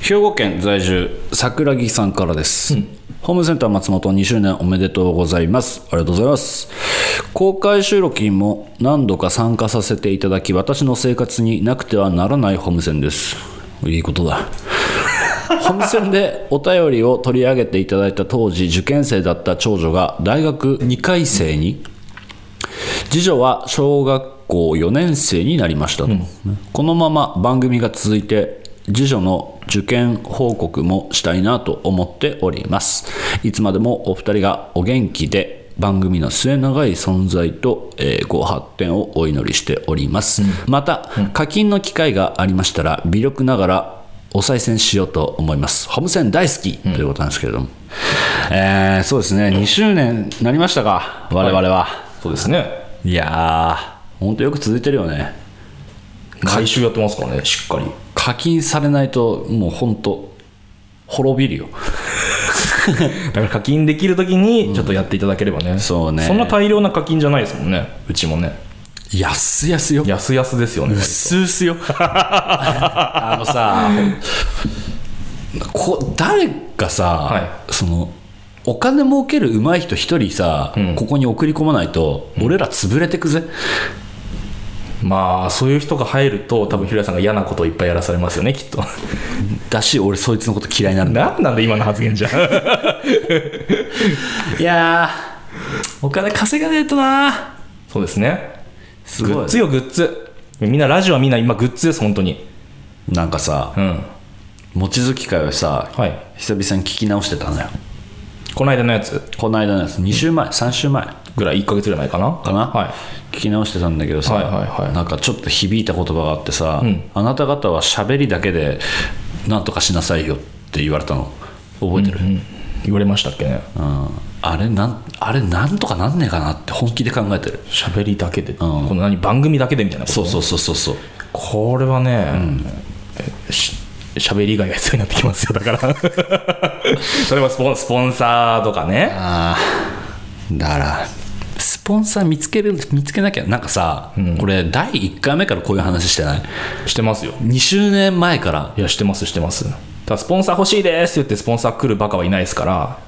兵庫県在住桜木さんからです、ホームセンター松本2周年おめでとうございますありがとうございます公開収録にも何度か参加させていただき私の生活になくてはならないホームセンですいいことだホームセンでお便りを取り上げていただいた当時受験生だった長女が大学2回生に次女は小学校4年生になりましたと、このまま番組が続いて次女の受験報告もしたいなと思っておりますいつまでもお二人がお元気で番組の末永い存在と、えーご発展をお祈りしております、また課金の機会がありましたら微力ながらお賽銭しようと思いますホームセン大好きということなんですけれども、えーそうですね2周年になりましたか我々は、そうですねいやー、ほんとよく続いてるよね。毎週やってますからねしっかり課金されないと、もうほんと、滅びるよ。だから課金できるときにちょっとやっていただければね、そうねそんな大量な課金じゃないですもんねうちもねやすやすよ。やすやすですよねうすうすよ。あのさ、 こ誰かさ、はその、お金儲ける上手い人一人さ、うんここに送り込まないと、俺ら潰れてくぜ。まあそういう人が入ると多分平井さんが嫌なことをいっぱいやらされますよねきっと だし、俺そいつのこと嫌いになるんだ。なんなんだ今の発言じゃ いやー、お金稼がねえとなそうですねすグごッい。ズよグッズみんなラジオはみんな今グッズです本当になんかさ、うん望月会をさ、はい久々に聞き直してたのよこの間のやつこの間のやつ2週前、3週前かぐらい1ヶ月ぐらい前かなな、はい聞き直してたんだけどさ、はいはいはいなんかちょっと響いた言葉があってさ、うんあなた方は喋りだけでなんとかしなさいよって言われたの覚えてる、うん言われましたっけねあれなんあれなんとかなんねえかなって本気で考えてる喋りだけで、この何番組だけでみたいなことそうそうそうそうそうこれはね、し喋り以外が必要になってきますよだから例えばスポンスポンサーとかねあーだからスポンサー見つける見つけなきゃなんかさ、これ第1回目からこういう話してないしてますよ2周年前からいやしてますしてますだからスポンサー欲しいですって言ってスポンサー来るバカはいないですから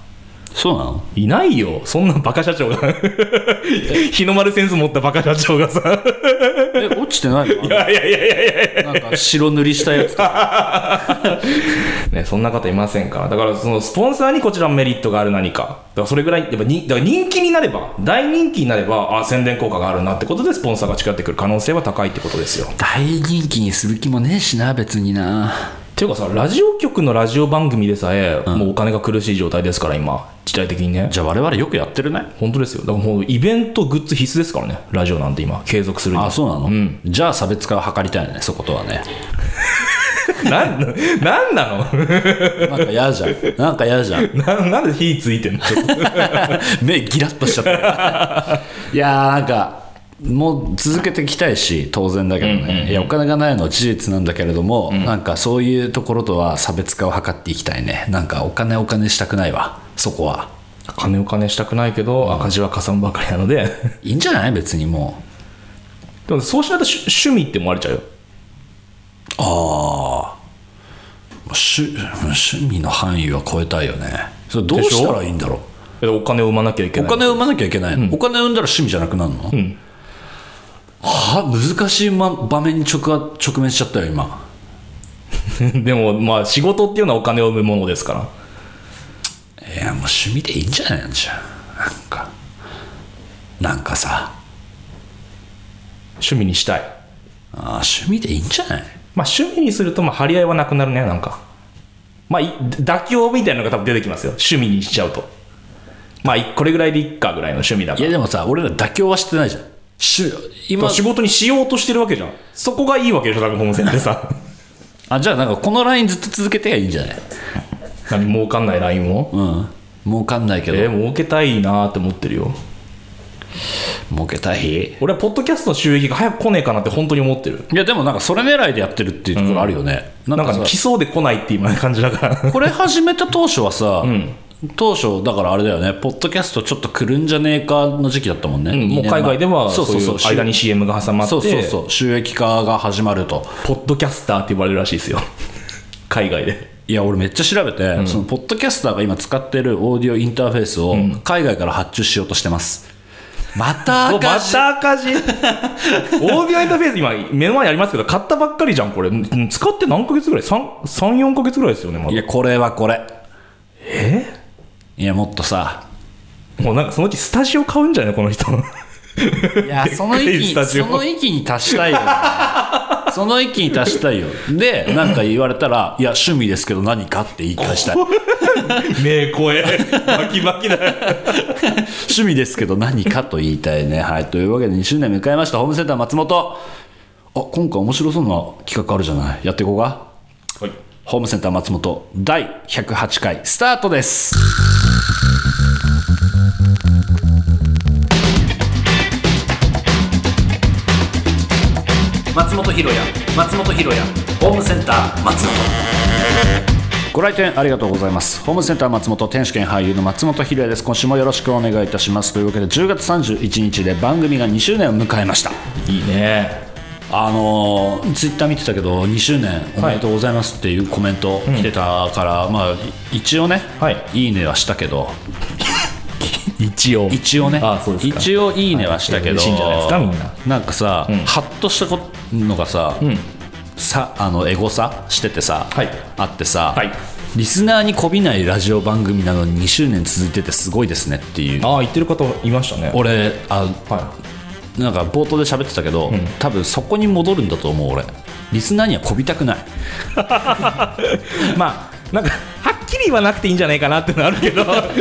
そうなのいないよそんなバカ社長が 日の丸センス持ったバカ社長がさえ落ちてないのいやいやいやいやいなやんか白塗りしたやつか ね、そんな方いませんから。だから、その、スポンサーにこちらもメリットがある何か。だから、それぐらい、やっぱに、だから人気になれば、大人気になれば、あ、宣伝効果があるなってことで、スポンサーが近寄ってくる可能性は高いってことですよ。っ大人気にする気もねえしな別になていうかさ、ラジオ局のラジオ番組でさえ、もうお金が苦しい状態ですから、今、時代的にね。じゃあ我々よくやってるね本当ですよ。だからもう、イベント、グッズ必須ですからね。ラジオなんて今、継続するには。あそうなの、じゃあ差別化を図りたいねそことは ね なん、なんなの なんか嫌じゃんなんか嫌じゃん ななんで火ついてんの ちょっと目ギラッとしちゃった よいやーなんかもう続けていきたいし当然だけどね、いやお金がないのは事実なんだけれども、なんかそういうところとは差別化を図っていきたいねなんかお金お金したくないわそこは金お金したくないけど、赤字はかさんばかりなので。いいんじゃない別にもうでもそうしないと趣趣味って思われちゃうよ趣趣味の範囲は超えたいよねそれどうしたらいいんだろうえお金を生まなきゃいけおない金を生まなきゃいけないの、お金を生んだら趣味じゃなくなるの、んは難しい、ま、場面に直は直面しちゃったよ今 でもまあ仕事っていうのはお金を生むものですからいやもう趣味でいいんじゃないのじゃあなんかなんかさ趣味にしたいあー趣味でいいんじゃないまあ趣味にするとまあ張り合いはなくなるねなんかまあい妥協みたいなのが多分出てきますよ趣味にしちゃうとまあいこれぐらいでいっかぐらいの趣味だかいらやでもさ俺ら妥協はしてないじゃんしま今あ仕事にしようとしてるわけじゃんそこがいいわけでしょ多分ホームセンってさあじゃあなんかこのラインずっと続けてりゃいいんじゃない 何儲かんないラインをうん儲かんないけど、えー儲けたいなーって思ってるよ儲けたい俺はポッドキャストの収益が早く来ねえかなって本当に思ってるいやでもなんかそれ狙いでやってるっていうところあるよね、なんかさね来そうで来ないって今感じだからこれ始めた当初はさ、当初だからあれだよねポッドキャストちょっと来るんじゃねえかの時期だったもんね、うんもう海外ではそそううそそううそそうう間に CM が挟まってそうそうそう収益化が始まるとポッドキャスターって呼ばれるらしいですよ 海外でいや俺めっちゃ調べて、そのポッドキャスターが今使ってるオーディオインターフェースを海外から発注しようとしてます、またおま赤字た赤 字オーディオインターフェース今目の前にありますけど買ったばっかりじゃんこれうん使って何ヶ月ぐらい34ヶ月ぐらいですよねまいだやこれはこれえいやもっとさもうなんかそのうちスタジオ買うんじゃないこの 人いやそのでっかい域スタにジオその域に達 したいよその域に達したいよでなんか言われたらいや趣味ですけど何かって言い返したい目声バキバキだよ趣味ですけど何かと言いたいねはいというわけで2周年迎えましたホームセンター松本あ今回面白そうな企画あるじゃないやっていこうかはいホームセンター松本第108回スタートです。松本ひろ松本ひろホームセンター松本。ご来店ありがとうございます。ホームセンター松本、天使兼俳優の松本ひろです。今週もよろしくお願いいたします。というわけで、10月31日で番組が2周年を迎えました。いいねあのツイッター見てたけど2周年おめでとうございますっていうコメント来てたから、まあい一応ね、、はいいねはしたけど一応一応ねあそうですか一応いいねはしたけど、嬉しいんじゃないですかみんななんかさ、ハッとしたこのがさ、さあのエゴさしててさ、はいあってさ、はいリスナーにこびないラジオ番組なのに2周年続いててすごいですねっていうああ言ってる方いましたね俺あはなんか冒頭で喋ってたけど、多分そこに戻るんだと思う俺リスナーにはこびたくないいまあなんかはっきり言わなくていいんじゃないかなってのあるけ どなんか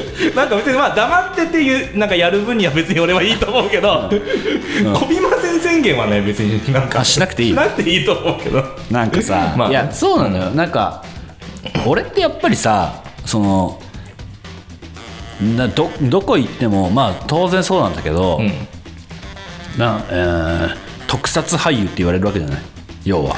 別にまあ黙ってていうなんかやる分には別に俺はいいと思うけど、こびません宣言はね別になんかあしなくていいしなくていいと思うけどなんかさ、 まあいやそうなのよ、なんか俺ってやっぱりさそのなどどこ行ってもまあ当然そうなんだけど、んなえー特撮俳優って言われるわけじゃない要は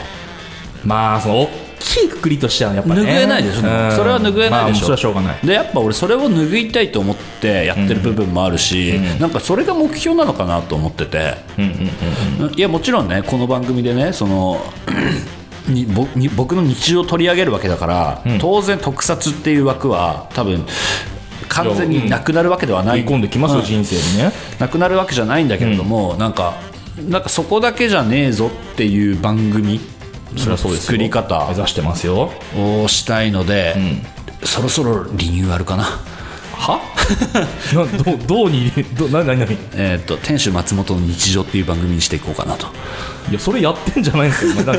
まあその大きいくくりとしてはやっぱね拭えないでしょ、うんそれは拭えまなあいでしもうょ、それはしょうがないでやっぱ俺それを拭いたいと思ってやってる部分もあるし、なんかそれが目標なのかなと思ってて、いやもちろんねこの番組でねその にぼに僕の日常を取り上げるわけだから、当然特撮っていう枠は多分完全になくなるわけではな食い、い込んできますよ、うん人生にねなくなるわけじゃないんだけれども、なんかなんかそこだけじゃねえぞっていう番組それはそうです作り方目指してますよをしたいので、そろそろリニューアルかな。は などうどうにどななになにえー、と店主松本の日常っていう番組にしていこうかなといやそれやってんじゃないんですよなんか違う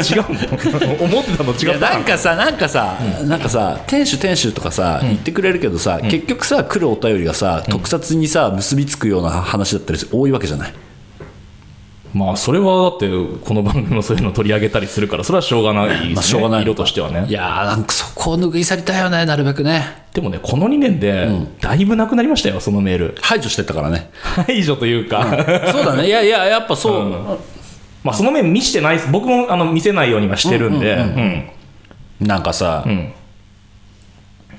の 思ってたのい違やったなんかさなんかさ、なんかさ店主店主とかさ、言ってくれるけどさ、結局さ来るお便りがさ、特撮にさ結びつくような話だったりする多いわけじゃないまあそれはだってこの番組もそういうの取り上げたりするからそれはしょうがないですね、まあしょうがない色としてはいねやーなんかそこを拭い去りたいよねなるべくねでもねこの2年でだいぶなくなりましたよそのメール排除してったから ね排除というか、そうだねいやいややっぱそう、まあその面見してないです僕もあの見せないようにはしてるんでうんなんかさ、ん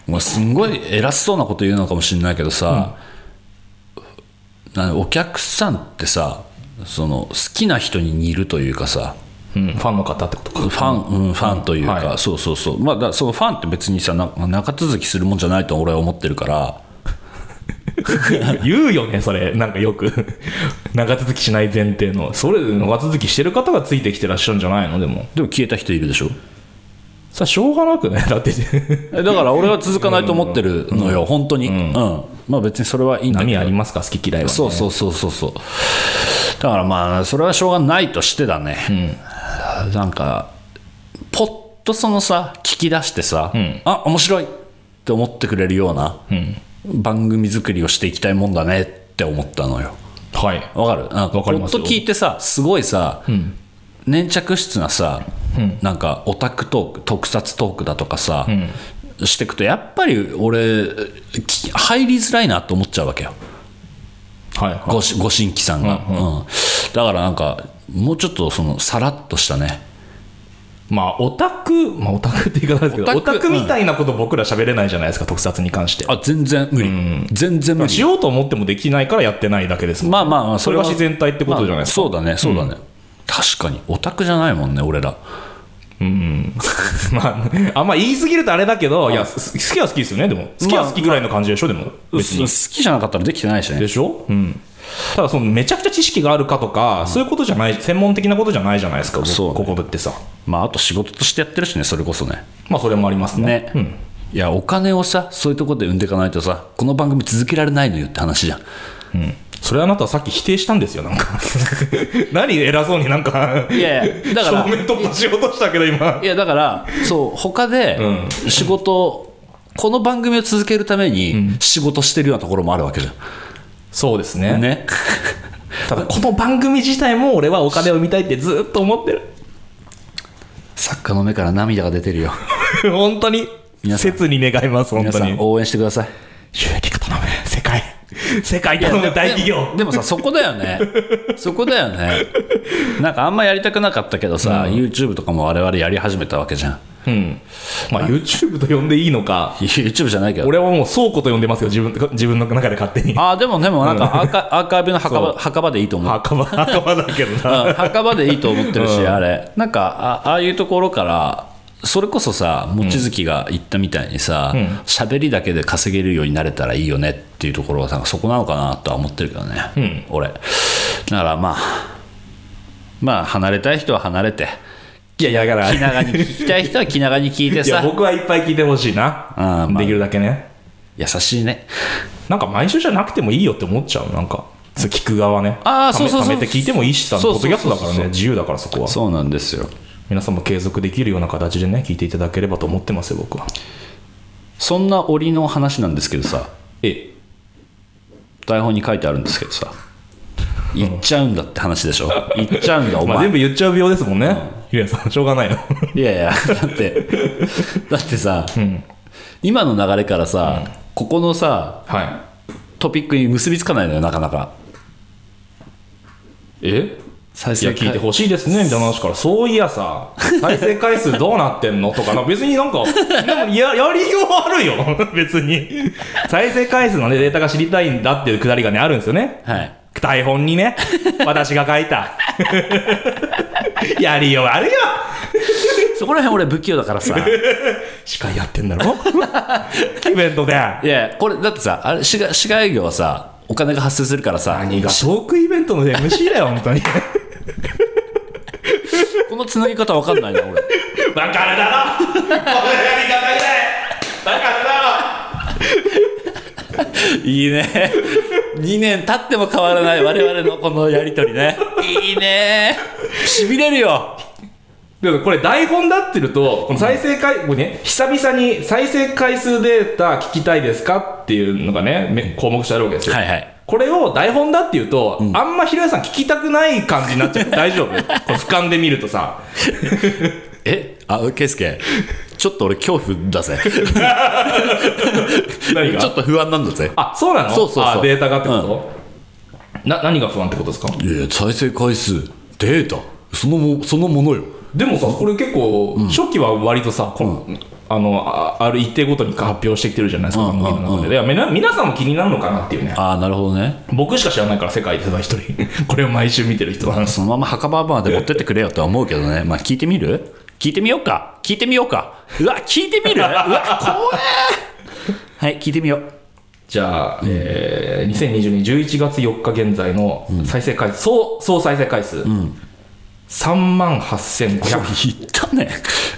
もうすんごい偉そうなこと言うのかもしれないけどさ、なお客さんってさその好きな人に似るというかさうんファンの方ってことかフ ァン、うん、ファンというか、はいそうそうそう、まあ、だそのファンって別にさな長続きするもんじゃないと俺は思ってるから言うよねそれなんかよく 長続きしない前提のそれ長続きしてる方がついてきてらっしゃるんじゃないのでもでも消えた人いるでしょさしょうがなくねだって えだから俺は続かないと思ってるのよ、本当に、うんまあ別にそれはいいんだけど波ありますか好き嫌いは、ね、そうそうそうそうそうだからまあそれはしょうがないとしてだね、なんかポッとそのさ聞き出してさ、あ面白いって思ってくれるような番組作りをしていきたいもんだねって思ったのよはいわかるなんかわかりますポよッと聞いてさすごいさ、粘着質なさ、なんかオタクトーク特撮トークだとかさ、してくとやっぱり俺き入りづらいなと思っちゃうわけよはいごしご新規さんが、うんだからなんかもうちょっとそのさらっとしたねまあオタク、まあ、オタクって言い方ですけどオオタタククみたいなこと僕ら喋れないじゃないですか、特撮に関してあ全然無理、全然無理しようと思ってもできないからやってないだけですもんまあまあまあそれが自然体ってことじゃないですか、まあそうだねそうだね、確かにオタクじゃないもんね俺らうん、まあ、あんま言いすぎるとあれだけど、いや、す好きは好きですよね、でも。好きは好きぐらいの感じでしょ、でも。別すに。好きじゃなかったらできてないしねでしょうん。ただ、その、めちゃくちゃ知識があるかとか、そういうことじゃない、専門的なことじゃないじゃないですか、そうねここってさ。まああと仕事としてやってるしねそれこそねまあ、それもありますね、ね。うん。いやお金をさそういうところで産んでいかないとさこの番組続けられないのよって話じゃんうん。それあなたはさっき否定したんですよ、なんか。何偉そうになんか、いやいやだから正面突破しようとしたけど、今い。やだからそう他でう仕事、この番組を続けるために仕事してるようなところもあるわけじゃそうですねん、 ねただ、この番組自体も俺はお金を見たいってずっと思って る。作家の目から涙が出てるよ本当に皆さん切に願います本皆当さんに応援してください収益化頼む世界 世界頼む大企でも業でもさそこだよねそこだよねなんかあんまやりたくなかったけどさ、YouTube とかも我々やり始めたわけじゃんうんまあ YouTube と呼んでいいのか YouTube じゃないけど俺はもう倉庫と呼んでますよ自分自分の中で勝手にああでもでもなんかアーカ,、アーカイブの墓場そ墓場でいいと思う墓 場墓場だけどなうん墓場でいいと思ってるし、あれなんかあああいうところからそれこそさ望月が言ったみたいにさ喋、りだけで稼げるようになれたらいいよねっていうところはなんかそこなのかなとは思ってるけどね、ん俺だからまあまあ離れたい人は離れていやいやだから気長に聞きたい人は気長に聞いていやさ僕はいっぱい聞いてほしいなあーまあできるだけね優しいねなんか毎週じゃなくてもいいよって思っちゃうなんかそう聞く側ねあーためそうそうそうためて聞いてもいいしさポそッうそドうキャストだからそうそうね自由だからそこはそうなんですよ皆さんも継続できるような形でね聞いていただければと思ってますよ僕はそんな折の話なんですけどさえ台本に書いてあるんですけどさ言っちゃうんだって話でしょ言っちゃうんだおまあ、前全部言っちゃう病ですもんね。ゆうやさん、しょうがないよ。いやいや、だって、だってさ、今の流れからさ、ここのさ、はトピックに結びつかないのよ、なかなか。い。え再いや、生聞い回てほしいですね、みたいな話から。そういやさ、再生回数どうなってんのとかな。別になんか、でも や、やりようあるよ。別に。再生回数のね、データが知りたいんだっていうくだりがね、あるんですよね。はい。台本にね、私が書い た。やりようあるよそこら辺俺不器用だから さ。司会やってんだ ろイベントで。いや、これ、だってさ、あれ、市街市街業はさ、お金が発生するからさ、しトークイベントの MC だよ、本 当に。このつなぎ方わかんないな、俺。バカるだろこのやり方ぐらいバカるだ いいね。2年経っても変わらない我々のこのやりとりね。いいね。しびれるよ。ろでもこれ台本だってると、この再生回、もうね、久々に再生回数データ聞きたいですかっていうのがね、め項目してあるわけですよ。はいはい。これを台本だっていうと、あんまひろやさん聞きたくない感じになっ ちゃう。大丈夫これ俯瞰で見るとさ。えあ、ケイスケ、ちょっと俺恐怖だ ぜ。ち何ょっがと不安なんだぜ。あ、そうなのそうそうそうあデータがってこと、な、何が不安ってことですかいや再生回数データそのもそのものよでもさ、これ結構、初期は割とさ、このあのあある一定ごとに発表してきてるじゃないですか、うん番組のうん中で。いやみな皆さんも気になるのかなっていうね。ああなるほどね僕しか知らないから、世界でただ 一人。これを毎週見てる人は。そのまま墓場まで持ってってくれよとは思うけど ねまあ聞いてみる聞いてみようか聞いてみようかうわ聞いてみるうわ 怖えはい聞いてみようじゃあ、えー、2020年11月4日現在の再生回数、総総再生回数、3万8500。言ったね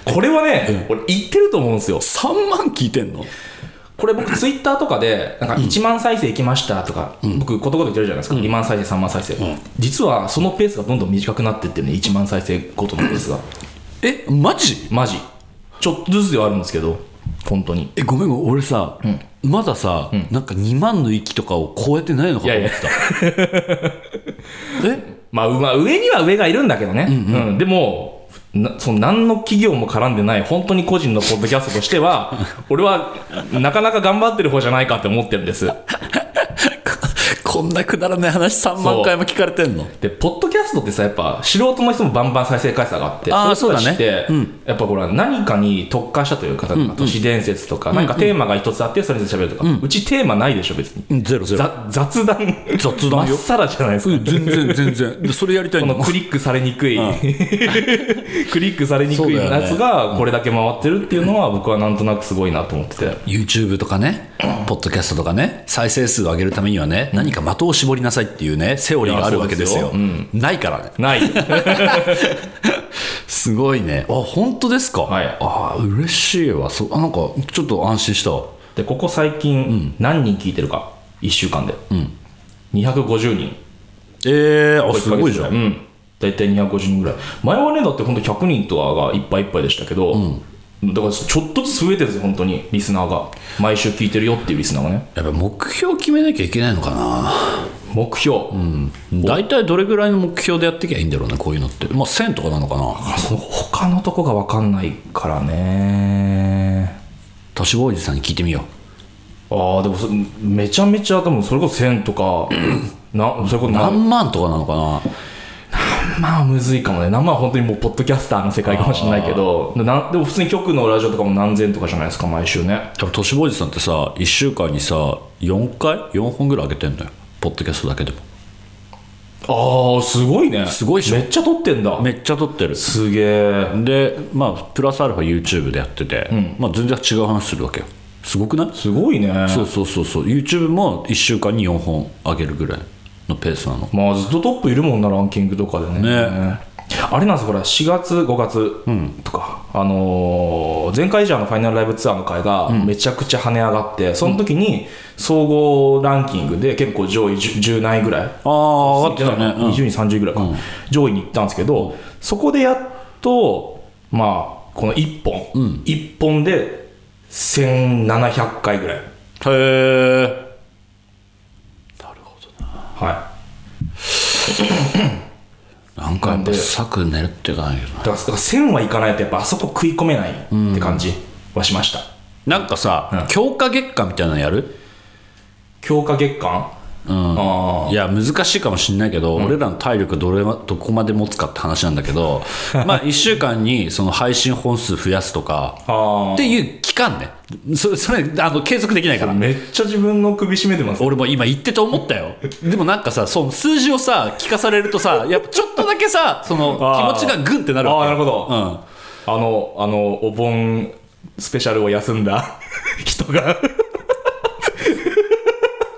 これはね、俺言ってると思うんですよ。 3万聞いてんのこれ僕ツイッターとかでなんか1万再生いきましたとか、僕ことごとく言ってるじゃないですか、2万再生3万再生、実はそのペースがどんどん短くなってってね1万再生ごとのペースがえマジマジちょっとずつではあるんですけど本当にえごめんごめん俺さ、まださ、なんか2万の域とかを超えてないのかといやい思っやてたえ まあ、うまあ上には上がいるんだけどね、うんでもなその何の企業も絡んでない本当に個人のポッドキャストとして は俺はなかなか頑張ってる方じゃないかって思ってるんですここんなくだらない話3万回も聞かれてんのでポッドキャストってさやっぱ素人の人もバンバン再生回数上がってあーれに対してそうだねやっぱほら何かに特化したというか例えば都市伝説とか、何かテーマが一つあってそれで喋るとか、うちテーマないでしょ別に、うんゼロゼロざ雑談雑談まよっさらじゃないですか、うん全然全然でそれやりたいこんだのもんクリックされにくい、 クリックされにくいそうだよねやつがこれだけ回ってるっていうのは僕はなんとなくすごいなと思ってて YouTube とかね、ポッドキャストとかね、再生数を上げるためにはね、何か的を絞りなさいっていうね、セオリーがあるわけですよ。いやそうないからね。 ないすごいね。あ、本当ですか、はいあ、嬉しいわ。そうあなんか、ちょっと安心したわ。でここ最近何人聞いてるか1週間で、250人えー、あ、ここす1ヶ月ごいじゃぐらん。うん大体250人ぐらい前はねだって本当100人とはがいっぱいいっぱいでしたけど、だからちょっとずつ増えてるんですよ本当にリスナーが毎週聞いてるよっていうリスナーがねやっぱ目標決めなきゃいけないのかな。目標、大体どれぐらいの目標でやってきゃいいんだろうね、こういうのって。まあ、1000とかなのかな。あその他のとこが分かんないからね都市ボーイズさんに聞いてみよ。ああでもそめちゃめちゃ多分それこそ1000とか なそれこそう何何万とかなのかな。まあむずいかもね何まあ本当にもうポッドキャスターの世界かもしれないけどなでも普通に局のラジオとかも何千とかじゃないですか毎週ね多分都市ボーイズさんってさ1週間にさ4回4本ぐらい上げてんのよポッドキャストだけでもああすごいねすごいっしょめっちゃ撮ってんだめっちゃ撮ってるすげえでまあプラスアルファ YouTube でやってて、まあ、全然違う話するわけよすごくないすごいねそうそうそうそう YouTube も1週間に4本上げるぐらいのペースなのまあずっとトップいるもんなランキングとかでねねあれなんですよほら4月5月とか、あのー前回以上のファイナルライブツアーの回がめちゃくちゃ跳ね上がって、その時に総合ランキングで結構上位 10, 10何位ぐらいああ上がってたね、うん20位30位ぐらいか、上位に行ったんですけど、そこでやっとまあこの1本、一1本で1700回ぐらいへえはいなんかやっなんでぱ策練っていかないけどなだからだから1000はいかないとやっぱあそこ食い込めないって感じはしました、なんかさ、うん強化月間みたいなのやる強化月間、あいや難しいかもしれないけど、俺らの体力どれまどこまで持つかって話なんだけ どまあ1週間にその配信本数増やすとかああっていう期間ねそそれあの継続できないからあめっちゃ自分の首絞めてます俺も今言ってて思ったよでもなんかさその数字をさ聞かされるとさやっぱちょっとだけさそのあー気持ちがグンってなるああわなけるほど、あうんのあのお盆スペシャルを休んだ 人が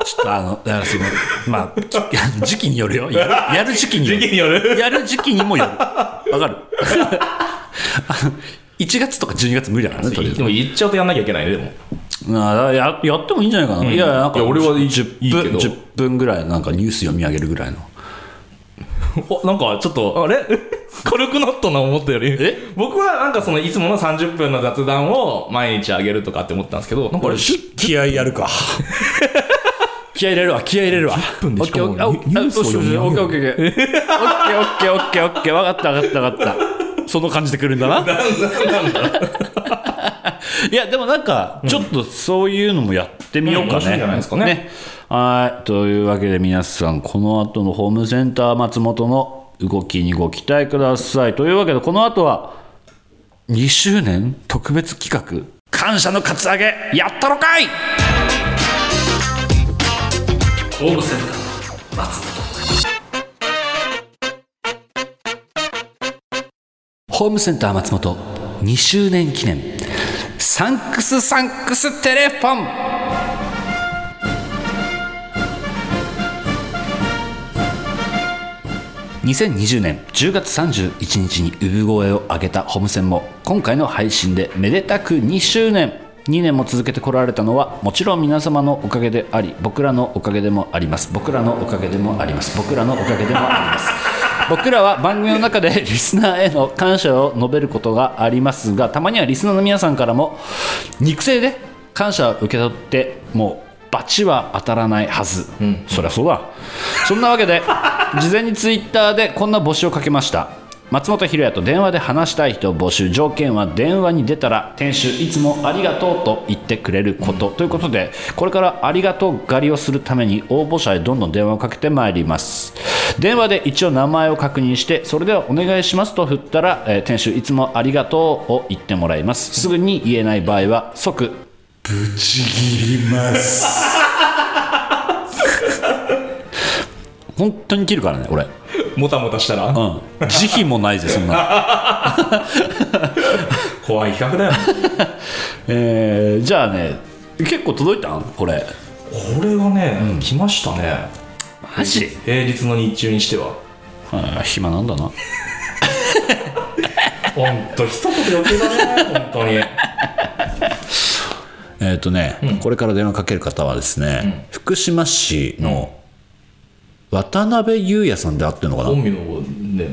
ちょっとあのだからそのまあき 時期によるよやるやる時期による時期によるやる時期にもよるわかる あの1月とか12月無理だからねとりあえずでも言っちゃうとやんなきゃいけないねでもなあややってもいいんじゃないかな、いやなんかいや俺はいい10いいけ分ど10分ぐらいなんかニュース読み上げるぐらいのおなんかちょっとあれ 軽くなったな思ったよりえ僕はなんかそのいつもの30分の雑談を毎日あげるとかって思ったんですけどなんかあれ10気合いやるか 気合い入れるわ気合い入れるわ10分でしかもニュニュースを読み上げるオッケーオッケーオッケーオッケーオッケーオッケーオッケー分かった分かった分かったその感じでくるんだな いやでもなんかちょっとそういうのもやってみよううんか面白いね,、んじゃないですかねはいというわけで皆さんこの後のホームセンター松本の動きにご期待くださいというわけでこの後は2周年特別企画感謝のカツアゲやったろかいホームセンターホームセンター松本2周年記念サンクスサンクステレフォン2020年10月31日に産声を上げたホームセンも今回の配信でめでたく2周年2年も続けてこられたのはもちろん皆様のおかげであり僕らのおかげでもあります僕らのおかげでもあります僕らのおかげでもあります僕らは番組の中でリスナーへの感謝を述べることがありますがたまにはリスナーの皆さんからも肉声で感謝を受け取ってもうバチは当たらないはず、そりゃそうだそんなわけで事前にツイッターでこんな募集をかけました松本ひろやと電話で話したい人を募集条件は電話に出たら店主いつもありがとうと言ってくれること、ということでこれからありがとう狩りをするために応募者へどんどん電話をかけてまいります電話で一応名前を確認してそれではお願いしますと振ったら、えー店主いつもありがとうを言ってもらいますすぐに言えない場合は即ちぎります本当に切るからね俺もたもたしたら、うん慈悲もないぜそんな 怖い企画だよえーじゃあね結構届いたんこれこれはね、来ましたねマジ平日の日中にしてはあー暇なんだなほんと一言余計だね本当 にえっ、とね、これから電話かける方はですね、福島市の渡辺裕也さんで合ってるのか本名をね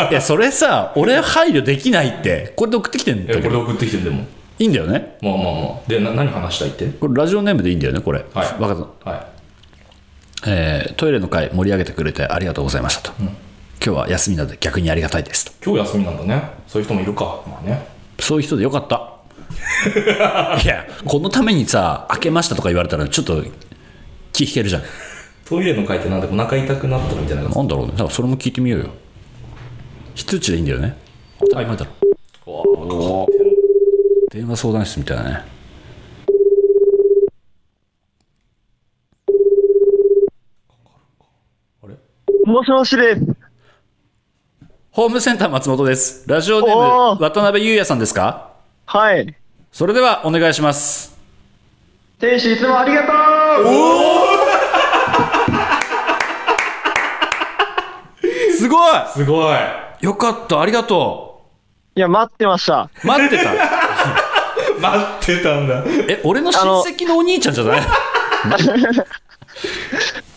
ないやそれさ俺配慮できないってこれで送ってきてんだえけこれでど送ってきてるでもいいんだよねまあまあまあでな何話したいってこれラジオネームでいいんだよねこれ、はいわかったはえートイレの会盛り上げてくれてありがとうございましたと、今日は休みなので逆にありがたいですとい今日休みなんだねそういう人もいるかまあねそういう人でよかった いやこのためにさ「開けました」とか言われたらちょっと気引けるじゃんトイレの会ってなんだかお腹痛くなったみたいなやつなんだろうねだからそれも聞いてみようよ非通知でいいんだよね当たり前だろうわー電話相談室みたいなねもしもしです。ホームセンター松本ですラジオネーおーム渡辺裕也さんですかはい。それではお願いします天使いつもありがとうすごいすごいよかったありがといや、待ってま した。う待って た待ってたんだえ俺の親戚のお兄ちゃんじゃない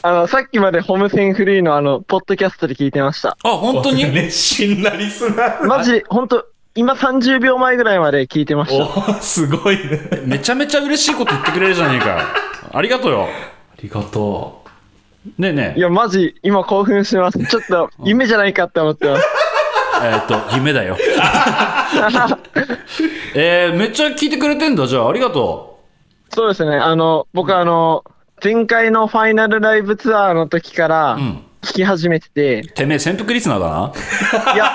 あの、さっきまでホームセンフリーのあの、ポッドキャストで聞いてました。あ本当に熱心なリスナーマジ、ほんと、今30秒前ぐらいまで聞いてました。おすごいねめちゃめちゃ嬉しいこと言ってくれるじゃねえかありがとうよありがとねえねいえや、マジ、今興奮してます。ちょっと、夢じゃないかって思ってます。えーっと夢だよ えー、めっちゃ聞いてくれてんだじゃあありがとそうですね、あの、僕あの、前回のファイナルライブツアーの時からん、聞き始めてて、うてめえ潜伏リスナーだないや、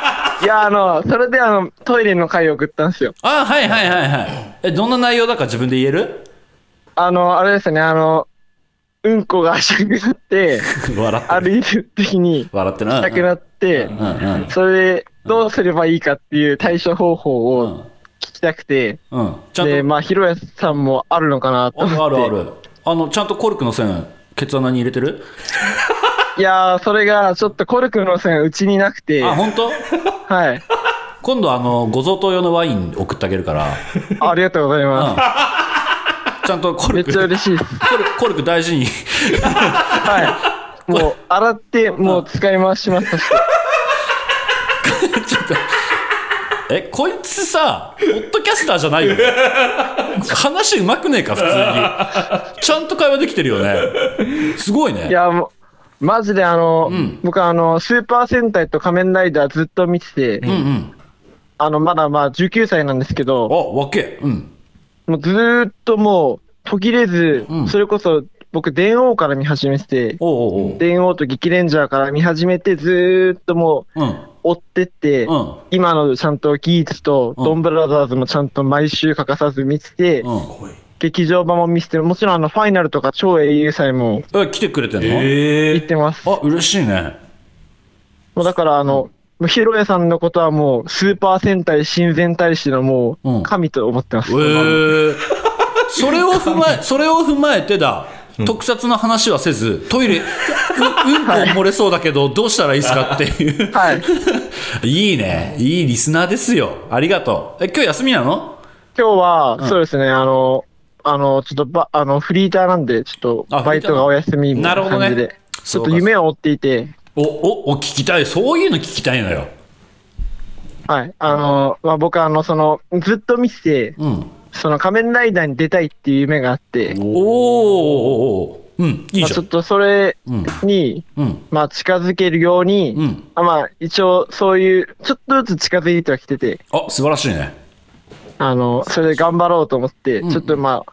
いや、あの、それであの、トイレの回を送ったんですよ。あはいはいはいはいえどんな内容だか自分で言える あの、あれですね、あの、うんこがしたくな って、笑ってる歩いてる時に、笑ってなしたくなって、うんうんそれで、どうすればいいかっていう対処方法うをん聞きたくて、うんちゃんで、まあ、ひろやさんもあるのかなととあ思って。るあるあるあのちゃんとコルクの線ケツ穴に入れてるいやー、それが、ちょっとコルクの線うちになくて、あは本当い。今度あのご贈答用のワイン送ってあげるからありがとうございます。ちゃんとコめルっクちゃ嬉しいです。コルクコルク大事に はい。もう、洗って、もう使い回しましたし。えこいつさポッドキャスターじゃないよね話うまくねえか普通にちゃんと会話できてるよねすごいねいや、もう、マジであの、ん僕あの、スーパー戦隊と仮面ライダーずっと見てて、うんうんあの、まだまあ19歳なんですけあど、わけうんもうずーっともう途切れず、うんそれこそ僕、電王から見始めてて、おうおうおう電王と激レンジャーから見始めて、ずーっともうんう追ってって、うん今のちゃんとギーツとうんドンブラザーズもちゃんと毎週欠かさず見てて、うん劇場版も見せて、もちろんあのファイナルとか超英雄祭もえ来てくれてんの、え行ってます。あ嬉しいねもうだからあの、もうヒロエさんのことはもうスーパー戦隊親善大使のもうんう神と思ってます。えー、それを踏まえそれを踏まえてだ特撮の話はせずトイレううんこ漏れそうだけどどうしたらいいですかっていうはい。いいねいいリスナーですよありがとうえ今日休みなの今日は、そうですね、あの、あの、ちょっとば、あの、フリーターなんで、ちょっと、あバイトがお休みみたないるほなど感じねで、ちょっと夢を追っていて、おおお聞きたいそういうの聞きたいのよはい。あの、まあ、僕あの、その、ずっと見てて、うんその仮面ライダーに出たいっていう夢があっおて、ーおーおーおうん、いいまあ、じゃちょんっ。とそれに、うん、まあ、近づけるように、うん。あまあ、一応そういう、ちょっとずつ近づいてはきてて、あ、素晴らしいね。あの、それで頑張ろうと思って、んちょっとまあ、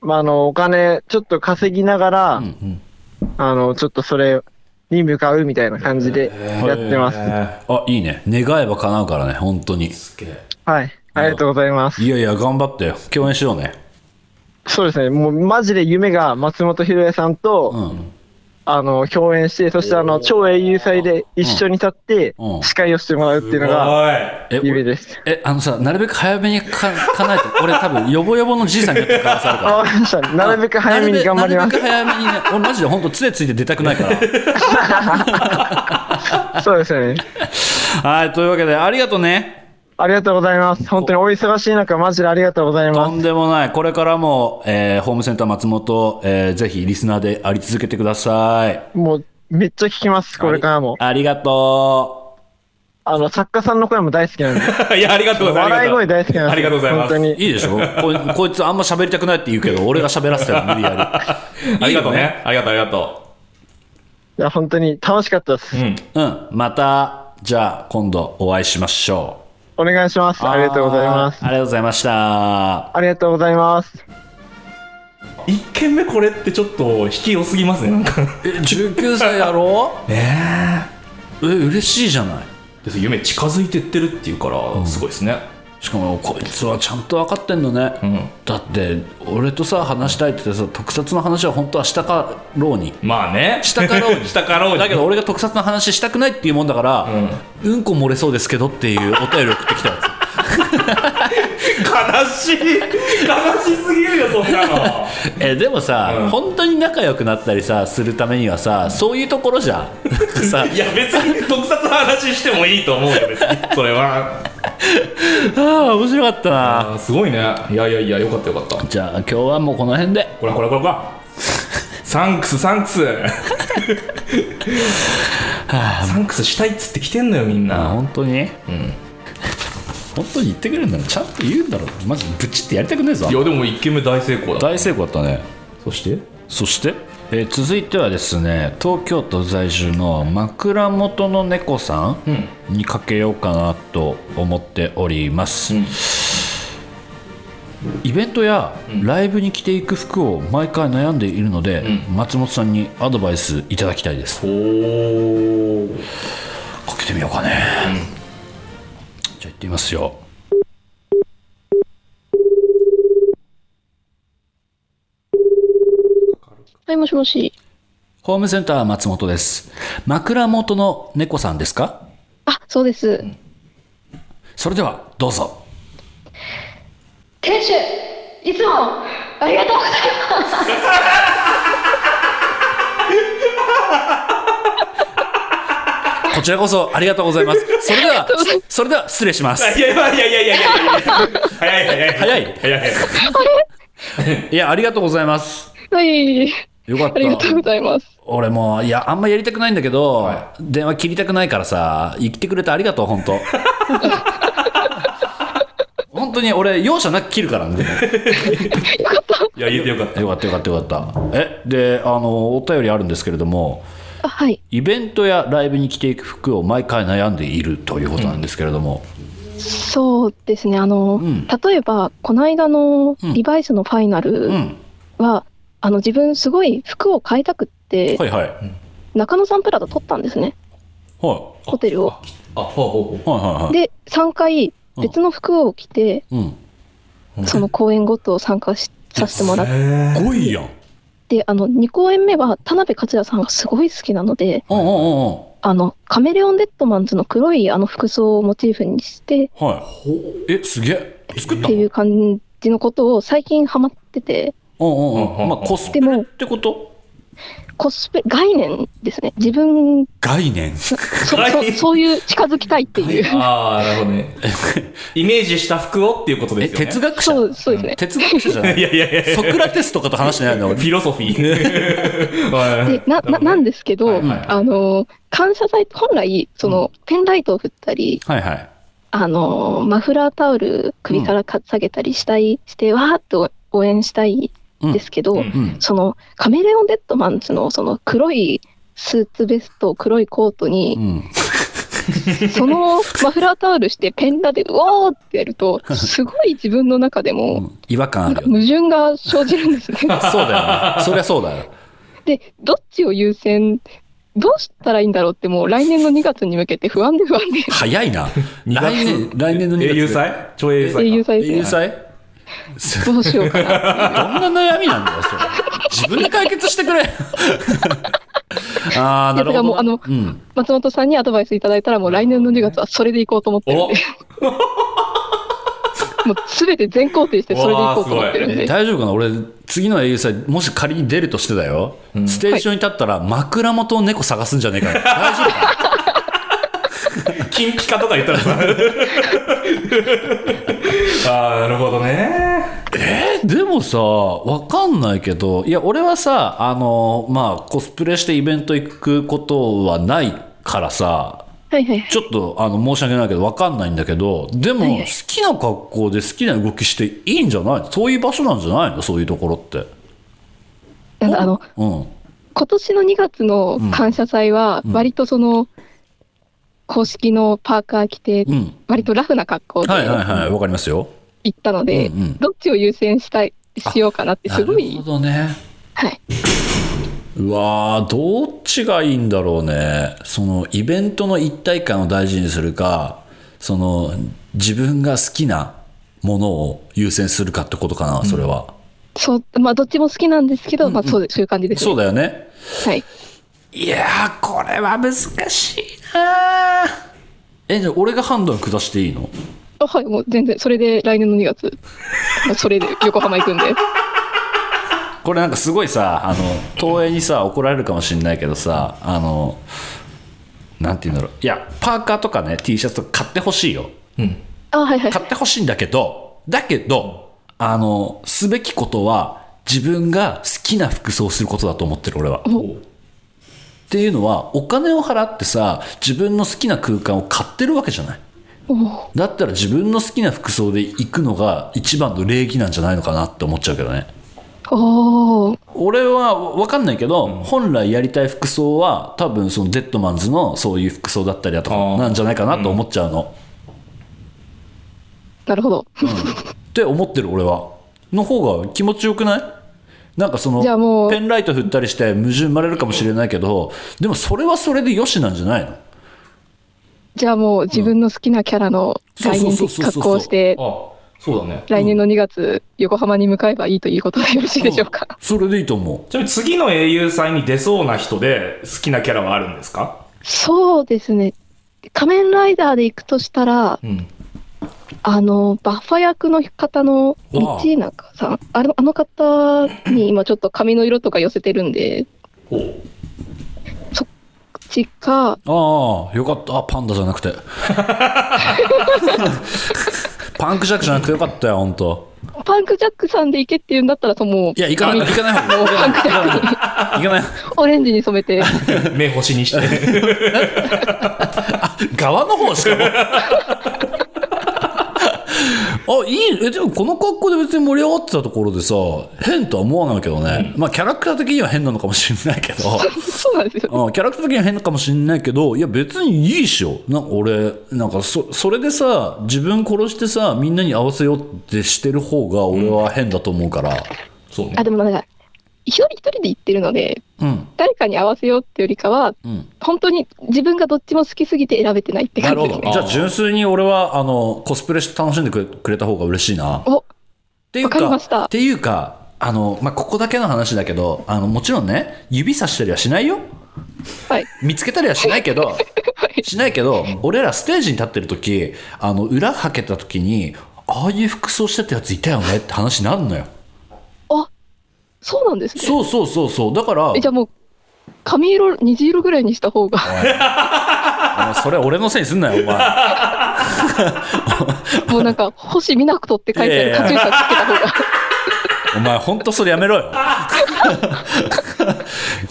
まあ、あの、お金、ちょっと稼ぎながら、うんうんあの、ちょっとそれに向かうみたいな感じでやってます。えあ、いいね。願えば叶うからね、本当に。すげえはい。ありがとうございます。いやいや、頑張ってよ。共演しようね。そうですね。もうマジで夢が松本ひろさんと、うん。あの、共演して、そしてあの、超英雄祭で一緒に立ってうんうん、司会をしてもらうっていうのがはえ、夢俺です。え、あのさ、なるべく早めにか叶えて、 俺多分、ヨボヨボのじいさんになってる可能性あるからあ、。わかりました。なるべく早めに頑張りなまるべく早めにね、俺マジで本当杖ついて出たくないから。 す。そうですね。はい、というわけで、ありがとうね。ありがとうございます。本当にお忙しい中、マジでありがとうございとます。んでもない。これからも、えーホームセンター松本、えーぜひリスナーであり続けてください。もう、めっちゃ聞きます、これからも。ありがとあの、作家さんの声も大好きなんで。 い。いや、ありがとうございます。笑い声大好きなんです。ありがとうございます。本当う。いに。いでしょここいつあんま喋りたくないって言うけど、俺が喋らせたら無理や ありがとうね。ありがとう、ありがといや、本当に楽しかったです。う。うん。り。うん。また、じゃあ、今度お会いしましょお願いします。う。ありがとうございますあ。りがとうございました。ありがとうございます。一軒目これってちょっと引き良すぎますね、なんか。え、19歳やろええ嬉しいじゃない。です夢近づいてってるっていうから、すごいですね。しかもこいつはちゃんと分かってんのね、んだって俺とさ話したいって言ってさ特撮の話は本当はしたかろうにまあね。したかろうに 下からだけど俺が特撮の話したくないっていうもんだから、うん、こ漏れそうですけどっていう お便り送ってきたや悲しい悲しすぎるよそんなのつ えでもさ、うん本当に仲良くなったりさするためにはさそういうところじゃん さいや別に特撮の話してもいいと思うよ別にそれはああ面白かったなあすごいねいやいやいやよかったよかったじゃあ今日はもうこの辺でこらこらこらこらサンクスサンク スサンクスしたいっつって来てんのよみんあな本当にん 本当に言ってくれるんだらちゃんと言うんだろうマジブチってやりたくねえぞいやでも1軒目大成功だ大成功だったねそしてそして、えー続いてはですね東京都在住の枕元の猫さんにかけようかなと思っております、んイベントやライブに着ていく服を毎回悩んでいるので、松本さんにアドバイスいただきたいですおおかけてみようかね、じゃあ行ってみますよはい、もしもし。ホームセンター松本です枕元の猫さんですかあ、そうです。それではどうぞ店主、いつもありがとうございます。こちらこそありがとうござ います。それでは、それでは失礼します。いやいやいやいやいやいや早い早早いい早い早いいや、ありがとうございます。はい、よかっありがとうごた。ざいます。俺もう、いや、あんまやりたくないんだけど、は電話切りたくないからさ、生きてくれてありがとう、本 当本当に俺、容赦なく切るからね。いや言えてよかったよかったよかったよかった。え、で、あの、お便りあるんですけれども、あ、はい、イベントやライブに着ていく服を毎回悩んでいるということなんですけれども、そうですね。あの、ん例えば、この間のリバイスのファイナルうん、は、あの、自分すごい服を買いたくって、はいはい。中野サンプラザ取ったんですね。はホテルを。あほうほうほうい、はいはいはい。で、3回別の服を着て、うん。その公演ごと参加しさせてもらっへ5位やん。て、あの、2公演目は田辺克也さんがすごい好きなので、うんうんうんうん。あの、カメレオンデッドマンズの黒いあの服装をモチーフにしてはい。え、すげえ。作っったてのいう感じのことを最近ハマってて、うんうんうんうん。まあ、コスプレってことコスプレ、概念ですね。自分、概念。そ概そ念そういう近づきたいっていう。ああなるほどねイメージした服をっていうことでえ、すよね哲学そ者うそうですね。哲学者じゃない いやいやいやいやソクラテスとかと話してないのフィロソフィーはいでなななんですけど、はいはいあの感謝祭本来その、ペンライトを振ったりはいはい。あのマフラータオル首からか下げたりしたいしてわーっと応援したいですけど、うんうんそのカメレオン・デッドマンズのその黒いスーツベスト、黒いコートうに、ん、そのマフラータオルしてペンラでうおーってやると、すごい自分の中でうも、ん違和感なあんかるよね矛盾が生じるんですね。そうだよねそりゃそうだよ。で、どっちを優先、どうしたらいいんだろうって、もう来年の2月に向けて不安で不安で早い な来年来年の2月英雄祭超英雄祭か英雄祭英雄ですね。祭どうしようかな。どんな悩みなんだよそれ自分で解決してく れああなるいやだからもうほあどのね、うん、松本さんにアドバイスいただいたら、もう来年の2月はそれでいこうと思ってるんで、 もうすべて全肯定してそれでいこうと思ってるんえで、大丈夫かな俺次の英雄祭もし仮に出るとしてだよ、ステーションに立ったら枕元を猫探すんじゃねえか よ大丈夫かな金ピカとか言ったらさああなるほどねえでもさわかんないけどいや俺はさあのまあコスプレしてイベント行くことはないからさはいはいはい。ちょっとあの申し訳ないけどわかんないんだけどでも、はいはい好きな格好で好きな動きしていいんじゃないそういう場所なんじゃないのそういうところってなんだあの、うん今年の2月の感謝祭は、割とその、公式のパーカー着てう、ん割とラフな格好ではいはい行はいわかりますよったのでうんうん、どっちを優先したい、しようかなって、すごなるいほ、どねはい。うわーどっちがいいんだろうねそのイベントの一体感を大事にするかその自分が好きなものを優先するかってことかなそれは、そう、まあ、どっちも好きなんですけど、まあ、そうです、そういう感じですそうね。だよねはい。いやーこれは難しいなーえじゃあ俺が判断下していいのあはい、もう全然、それで来年の2月、まあそれで横浜行くんで。これなんかすごいさあの東映にさ怒られるかもしれないけどさあのなんて言うんだろういやパーカーとかね T シャツとか買ってほしいよあはいはい。買ってほしいんだけど、だけど、あの、すべきことは、自分が好きな服装をすることだと思ってる、俺は。っていうのは、お金を払ってさ、自分の好きな空間を買ってるわけじゃない。だったら自分の好きな服装で行くのが一番の礼儀なんじゃないのかなって思っちゃうけどね。おお俺は分かんないけど、本来やりたい服装は多分そのデッドマンズのそういう服装だったりだとかあーなんじゃないかなと思っちゃうの。なるほど。って思ってる俺はの方が気持ちよくないなんかそのじゃあもうペンライト振ったりして矛盾生まれるかもしれないけどでもそれはそれでよしなんじゃないのじゃあもう自分の好きなキャラの来年的格好をして、あそうだね来年の2月、横浜に向かえばいいということでよろしいでしょうか。それでいいと思ちなみに次の英雄祭に出そうな人で好きなキャラはあるんですかそうですね。仮面ライダーで行くとしたら、うんあの、バッファ役の方の道中さん、あれあの方に今ちょっと髪の色とか寄せてるんで、おちか、うああよかったあパンダじゃなく てパンクジャックじゃなくてよかったよ本当パンクジャックさんで行けって言うんだったら、そうもう、いや行かない行かない方がいいパンクジャックに行かないオレンジに染め て、目星にして側の方しかも あいいえでもこの格好で別に盛り上がってたところでさ変とは思わないけどね、まあキャラクター的には変なのかもしれないけどそうなんです よ。うんキャラクター的には変かもしれないけどいや別にいいっしょなんか俺なんかそそれでさ自分殺してさみんなに合わせようってしてる方が俺は変だと思うから そうねあ、でもなんか、一人一人で行ってるので、うん誰かに合わせようってよりかは、うん本当に自分がどっちも好きすぎて選べてないってな感るほじですどね。じゃあ純粋に俺はあのコスプレして楽しんでくれくれた方が嬉しいなお、っていうわかりましたっていうか、あの、まあ、ここだけの話だけど、あの、もちろんね、指さしたりはしないよ。はい。見つけたりはしないけど、しないけど、俺らステージに立ってる時、あの、裏はけた時に、ああいう服装してたやついたよねって話になるのよ。あ、そうなんですね。そうそうそうそう。だから、えじゃあもう、髪色、虹色ぐらいにした方が、あのそれは俺のせいにすんなよ、お前。もうなんか、星見なくとって書いてあいるやいやカチューシャつけた方が。お前本当それやめろ よ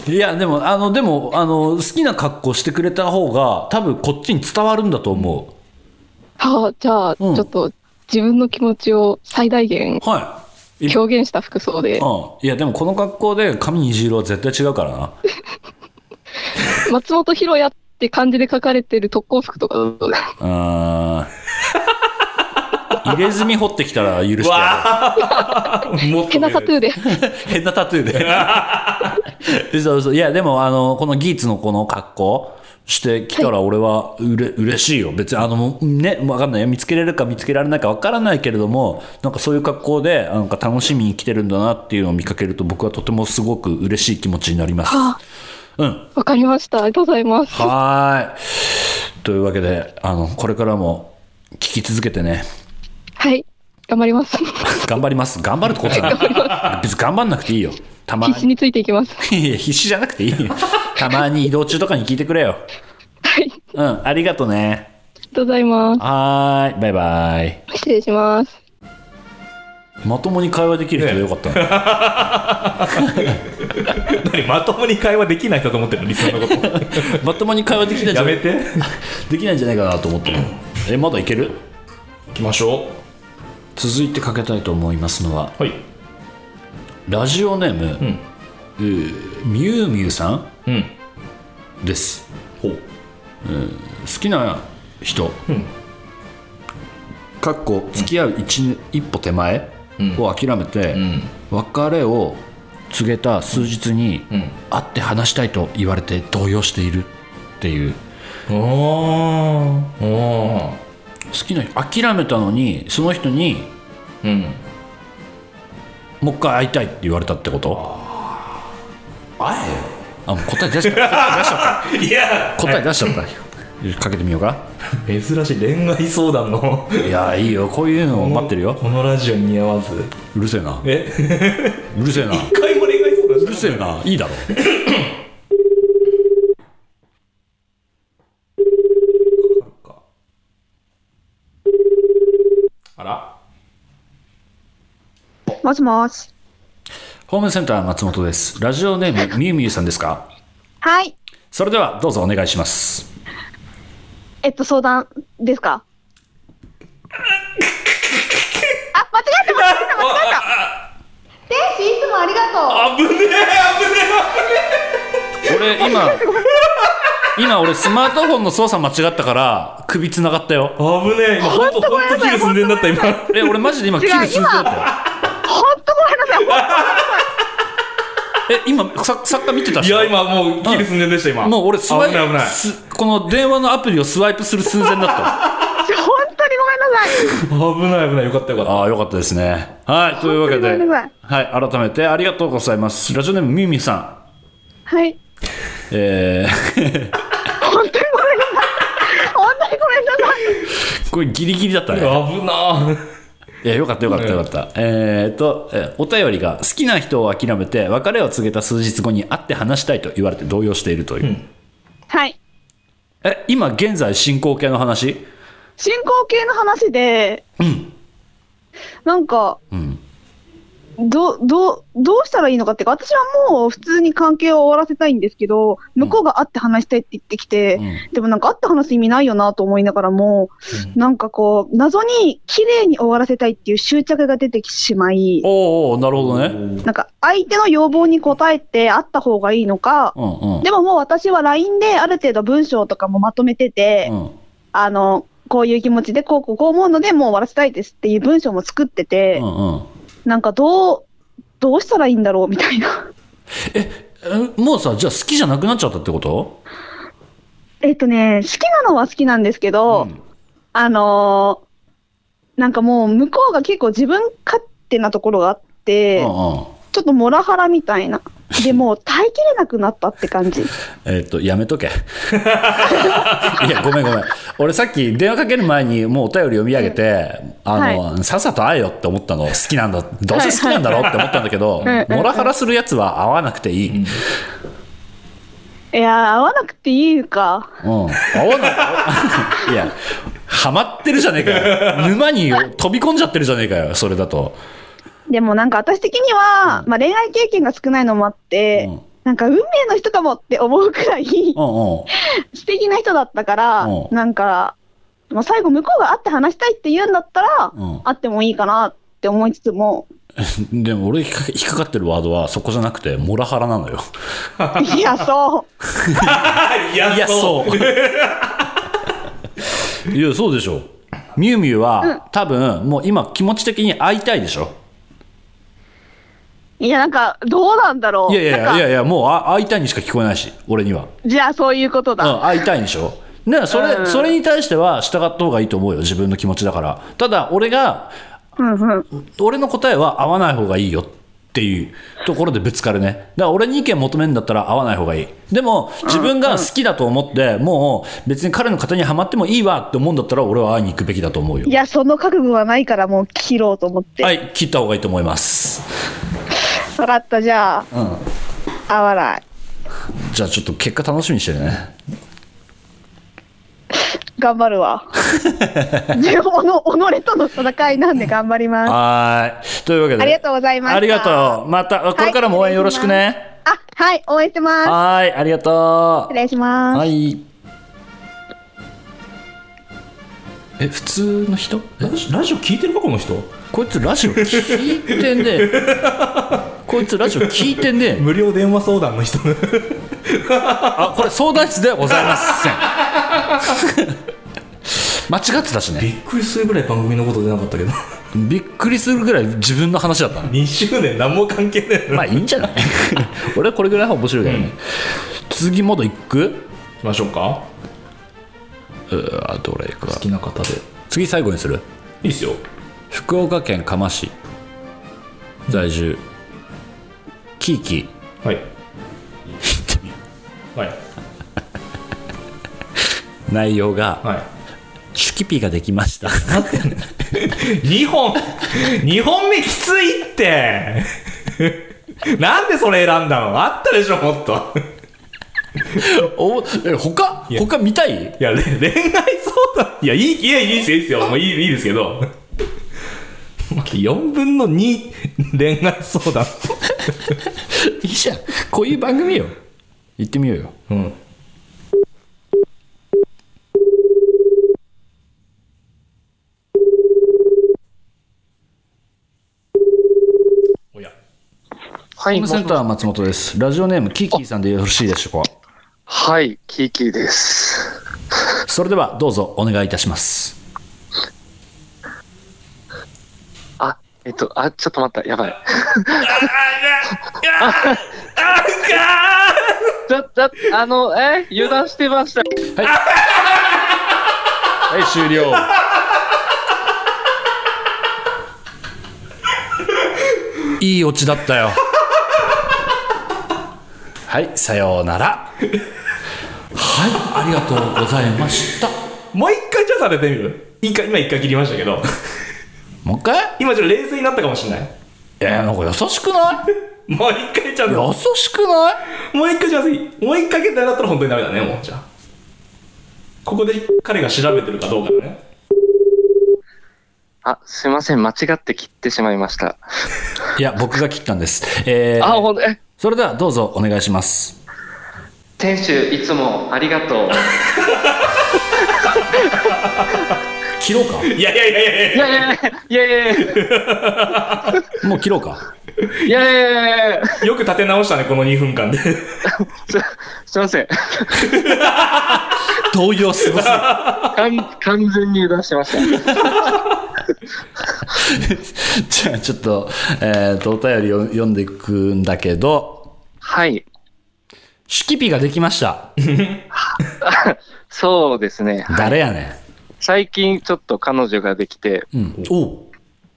いやでもあのでもあの好きな格好してくれた方が多分こっちに伝わるんだと思 はあ、じゃあ、うんちょっと、自分の気持ちを最大限うはい狂言した服装で、うん、いやでもこの格好で髪虹色は絶対違うからな松本博也って漢字で書かれてる特攻服とかどうだうーん 入れ墨掘ってきたら許してやもっ変なタトゥーで、る 変なタトゥーで 嘘嘘いやでもあのこのギーツのこの格好してきたら俺はうれ、嬉しいよ別にあのね分かんないよ見つけれるか見つけられないか分からないけれどもなんかそういう格好でなんか楽しみに来てるんだなっていうのを見かけると僕はとてもすごく嬉しい気持ちになりますあうんわかりました。ありがとうございます。はーい。というわけで、あの、これからも聞き続けてね、 はい。頑張ります。頑張ります。頑張るってことじゃない。別に頑張んなくていいよ。たまに必 死。についていきます。いや必死じゃなくていいよ。たまに移動中とかに聞いてくれよ。はい。ありうん、ありがとね。がとうございまはーい、バイバイ。す。失礼します。まともに会話できる人でよかったな。何まともに会話できない人だと思ってるの理想の ことまともに会話できないんじやゃめてできないんじゃないかなと思ってる。え、まだいける行きましょ続いてかけたいと思いますのは、うはいラジオネーム、んえーミュウミュウさんうんです。ほう好きな人、かっこ付き合う一,、一歩手前を諦めて、ん別れを告げた数日に、ん会って話したいと言われて動揺しているっていうおーおー好きな人諦めたのにその人にうんもう一回会いたいって言われたってこと会えよあもう答え出しちゃっいや た答え出しちゃったかけてみようか珍しい恋愛相談のいやーいいよこういうのを待ってるよこのラジオに似合わずうるせえな えうるせえな一回も恋愛相談しうるせえな、いいだろ。かあらもしもし。ホームセンター松本です。ラジオネーム、みゆみゆさんですかはい。それでは、どうぞお願いします。えっと、相談ですか あ、間違えた、間違えた、間違えた。天使、いつもありがとう。危ねえ危ね俺、今、今俺、スマートフォンの操作間違ったから、首繋がったよ。え危ねえ今本当本当キル寸前だった今え、俺マジで今、切る寸前だったほんとごめんなさい。ほんとよ。 え、今、さ作家見てたいや今もうキル寸前でした今もう俺、スワイ危ない危ないすこの電話のアプリをスワイプする寸前だった。ほんとにごめんなさ危ない。い危ないよかったよかっ たああ、よかったですね。はい、というわけで、本当にごめんなはい、改めてありがとうございます。ラジオネーム、みゆみゆさん。はい。えー、 ほんとにごめんなさい。ほんとにごめんなさい。これギリギリだったね。危なあいや、よかったよかったよかった。えーっと、えーお便りが好きな人を諦めて別れを告げた数日後に会って話したいと言われて動揺しているという。はい。え、今現在進行形の話進行形の話で、なんか、んどどどうしたらいいのかっていうか、私はもう普通に関係を終わらせたいんですけど、向こうが会って話したいって言ってきて、うんでもなんか会って話す意味ないよなと思いながらも、なんかこう、謎に綺麗に終わらせたいっていう執着が出てきてしまい、おーおーなるほどね。なんか相手の要望に応えて会った方がいいのか、うんうん。でももう私は LINE である程度文章とかもまとめてて、うんあの、こういう気持ちで、こうこうこう思うので、もう終わらせたいですっていう文章も作ってて、うんうんなんかどう、どうしたらいいんだろうみたいな。えもうさ、じゃあ好きじゃなくなっちゃったってことえっとね、好きなのは好きなんですけど、あのーなんかもう向こうが結構自分勝手なところがあっうて、んうん。ちょっとモラハラみたいな。でもう耐えきれなくなったって感 じ。えっと、やめとけ。 いや、ごめんごめん。俺さっき電話かける前にもうお便り読み上げて、あの、さっさと会えよって思ったの。好きなんだ。どうせ好きなんだろうって思ったんだけど、はいモラハラするやつは会わなくていい。いやー、会わなくていいか。うん。会わない。 いや、ハマってるじゃねえかよ。沼に飛び込んじゃってるじゃねえかよ、それだと。でもなんか私的には、まあ恋愛経験が少ないのもあって、うんなんか運命の人かもって思うくらい、うんうん。素敵な人だったからうん、なんか、まあ、最後向こうが会って話したいって言うんだったら、うん会ってもいいかなって思いつつも、でも俺引っか引っかかってるワードはそこじゃなくてモラハラなのよいや、そう。いやいやそう いやそうでしょミュウミュウは、多分もう今気持ち的に会いたいでしょいや、なんか、どうなんだろう。いやいやいなんかやいやいやもうあ会いたいにしか聞こえないし俺には、じゃあ、そういうことうん、だ。会いたいんでしょねそれ,、うんそれに対しては従った方がいいと思うよ自分の気持ちだからただ俺がうんうん。俺の答えは会わない方がいいよっていうところでぶつかるねだから俺に意見求めるんだったら会わない方がいいでも自分が好きだと思ってもう別に彼の型にはまってもいいわって思うんだったら俺は会いに行くべきだと思うよいや、その覚悟はないから、もう切ろうと思って。はい切った方がいいと思います分かった、じゃあ、うん合わない。じゃあちょっと結果楽しみにしてるね頑張 るわ。自分の己との戦いなんで頑張ります。はーいというわけでありがとうございましたありがとうまたこれからも応援よろしくね、あ、はい、応援してます。はーいありがと失礼しうます。はいえ普通の人えラジオ聞いてるかこの人こいつラジオ聞いてん ねこいつラジオ聞いてんね無料電話相談の人あこれ相談室ではございません 間違ってたし びねっくりするぐらい番組のこと出なかったけどびっくりするぐらい自分の話だったね2周年何も関係ねえなまあいいんじゃ ない俺はこれぐらいは面白いからね、次まだ行く行きましょうかうわどれか好きな方で次最後にするいいっすよ福岡県嘉麻市在住キーキーはいはい内容がは「シュキピができました」い2本2本目きついって なんでそれ選んだのあったでしょもっと おえ他いや他見たいいやれ 恋愛相談いやいいいやいいですよいいですよもういいいいですけど待って4分の2恋愛相談いいじゃんこういう番組よ行ってみようようんおやホはーい、ムセンター松本ですラジオネームキーキーさんでよろしいでしょうかはい、キーキーです。それではどうぞお願いいたしますあ、えっと、あ、ちょっと待った、やばい。ちょ、ちょ、あの、え油断してました。はい終了いいオチだった よはいさようならはいありがとうございましたもう一回じゃあされてみる一回今一回切りましたけどもう一回今ちょっと冷静になったかもしれない いやなんか優しくないもう一回ちゃんと優しくないもう一回じゃあもう一回決定だったら本当にダメだねもうじゃあここで彼が調べてるかどうかだねあ、すいません、間違って切ってしまいました。いや僕が切ったんです、えーあ、ほんと、え、それではどうぞお願いします店主、いつもありがとう。切ろうかいやいやいやいやいやいやいやいやいやいやいやもう切ろうかいやいやいやよく立て直したね、この2分間で。 す、すいません。動揺すごす完完全に油断してました。 じゃあちょっと,、えー、とお便りを読んでいくんだけどはい。シュキピができましたそうですね。誰やね最近ちょっと彼女ができて、ん、うん、お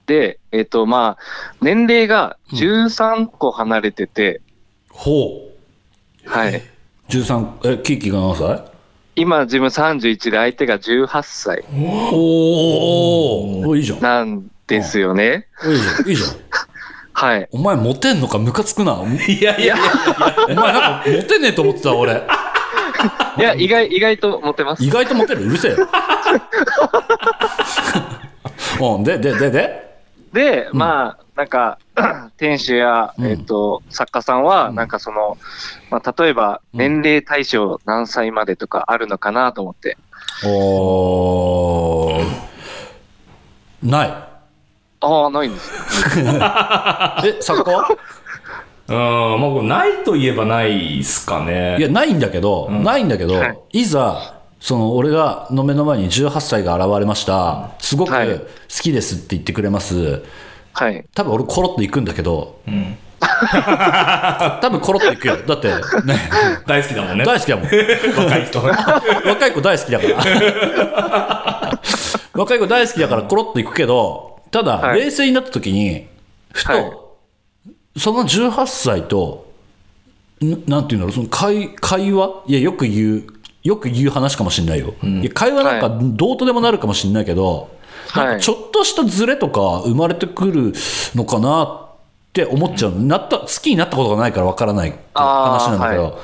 で、えっ、と、まあ、年齢が13個離れてて、ほうはい。 13えキーキーが何歳今自分31で相手が18歳おおいいじゃんなんですよね。いいじゃんいいじゃんはい。お前モテんのかムカつくなお前 いやいやいなや、んかモテねえと思ってた俺いや、意外、意外とモテます。意外とモテるうるせえよ うんででででで、まあ、なんか、 店主や、うんえっ、と、作家さんは、うんなんかその、まあ、例えば、年齢対象何歳までとかあるのかなと思って。おーないああ、ないんですよ。え、作家うん、まあ、これないといえばないっすかね。いや、ないんだけど、うんないんだけど、はいいざ、その、俺がの目の前に18歳が現れました。すごくはい好きですって言ってくれます。はい。多分俺コロッと行くんだけど、うん多分コロッと行くよ。だって、ね、大好きだ もんね。大好きだもん。若 い人。若い子大好きだから。 若い子大好きだからコロッと行くけど、ただ、はい冷静になった時に、ふと、はいその18歳と、んなんていうんだろう、その会会話いや、よく言う、よく言う話かもしれないよ。いや会話なんかはどうとでもなるかもしれないけど、なんはかいちょっとしたズレとか生まれてくるのかなって思っちゃう。なった、好きになったことがないからわからないって話なんだけど、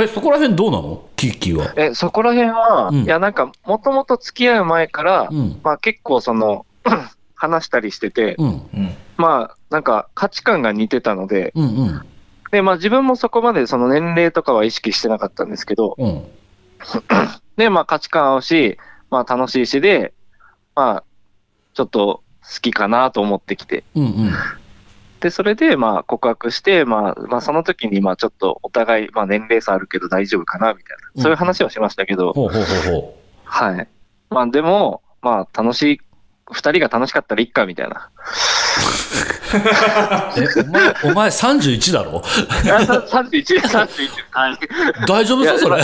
え、そこら辺どうなのキッキーは。え、そこら辺は、うんいや、なんか、もともと付き合う前から、うん。まあ結構その、 話したりしてて、うん。うん。まあなんか価値観が似てたので、うんうんで、まあ自分もそこまでその年齢とかは意識してなかったんですけど、うんで、まあ価値観合うし、まあ楽しいしで、まあ、ちょっと好きかなと思ってきて、うんうんで、それで、まあ、告白して、まあ、まあ、その時に、まあ、ちょっとお互い、まあ、年齢差あるけど大丈夫かな、みたいうんな、そういう話をしましたけど、ほうほうほうほはい。まあ、でも、まあ、楽しい、二人が楽しかったらいっか、みたい な。う。え、お前、お前31だろあさ31、31。はい。大丈夫そいやうそれ。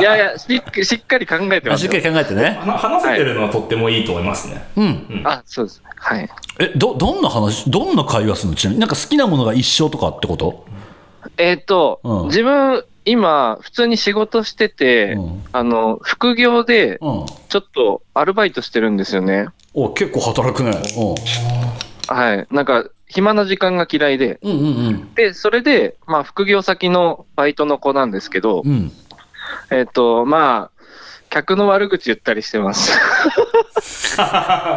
いやいや、しっしっかり考えてあましすっかよ。り考えてね。話話せてるのはとってもいいと思いますね。うん。あ、そうですね。はい。え、ど、どんな話、どんな会話するのちなみに。なんか好きなものが一生とかってことえっ、と、うん自分、今、普通に仕事してて、うん。あの、副業で、うん。ちょっとアルバイトしてるんですよね。お、結構働くね。はい。なんか、暇な時間が嫌いで。うん。うんうんうん。で、それで、まあ、副業先のバイトの子なんですけど、うん。えっ、と、まあ、客の悪口言ったりしてます。 ま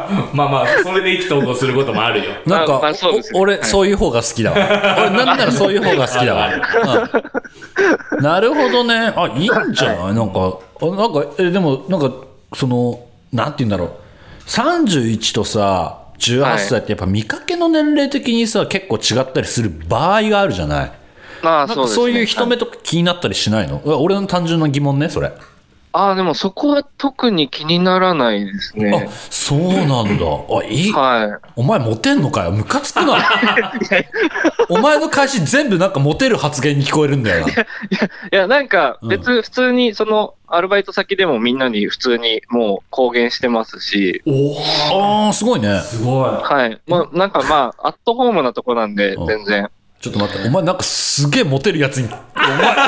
あまあ、それで意気投合することもある よ。なんか、まあまあそうですねおは俺、いそういう方が好きだわ。 俺、なんならそういう方が好きだわ。うんなるほどね。あ、いいんじゃないなんか、あなんか、え、でも、なんか、その、なんて言うんだろう。31とさ、18歳ってやっぱ見かけの年齢的にさ、結構違ったりする場合があるじゃないまなあ、んそうかですね。そういう人目とか気になったりしないの、うわ俺の単純な疑問ね、それ。ああ、でもそこは特に気にならないですあね。、そうなんだ。あ、いい。はお前モテんのかよムカ 。つくなお前の返し全部なんかモテる発言に聞こえるんだよないいや、なんかうん別、普通に、その、アルバイト先でもみんなに普通にもう公言してますし、おおあーすごいねすごい。はい。もうなんかまあ、アットホームなとこなんで、うん全然。ちょっと待ってお前なんかすげえモテるやつにい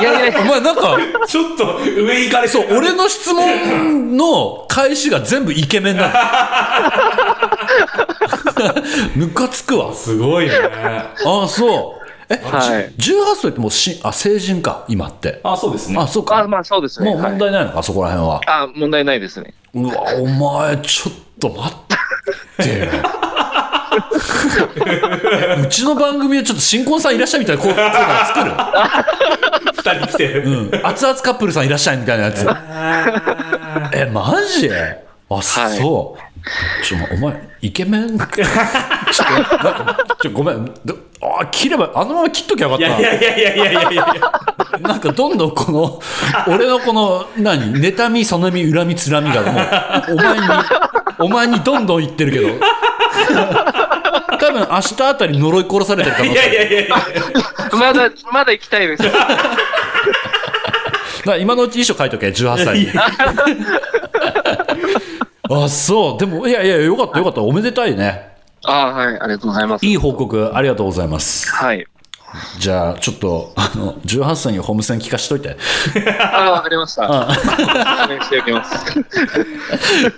やいやいおや、前なんかちょっと上行かれそうう俺の質問の返しが全部イケメン なのムカつくわすごいね。ああそうえ、はいじ18歳ってもうしあ成人か今ってあ、そうですね。あそうかあまあそうですね。もう問はい、題ないのか、そこら辺はあ問題ないですね。うわお前ちょっと待って ようちの番組でちょっと新婚さんいらっしゃいみたいなコーコーナー作る、二人来てる。うん、熱々カップルさんいらっしゃいみたいな やつえマジあ、いそうちょお前イケメンちょっとなんかちょごめんどあ切ればあのまま切っときゃよかっいたやいやいやいやいやいやいや。なんかどんどんこの、 俺のこの、何、妬み、そのみ、恨み、つらみがもう、お前に、お前にどんどん言ってるけど。 多分明日あたり呪い殺されてる可能い性あやるいやいやいや。まだ、まだ行きたい です。だから今のうち遺書書いとけ、18歳いに。 あ、そう。でも、いやいや、よかったよかった。おめでたいね。あはい、ありがとうございます。いい報告、ありがとうございます。はい。じゃあ、ちょっと、あの、18歳にホームセン聞かしと いて。あわかりました。お願いしておきます。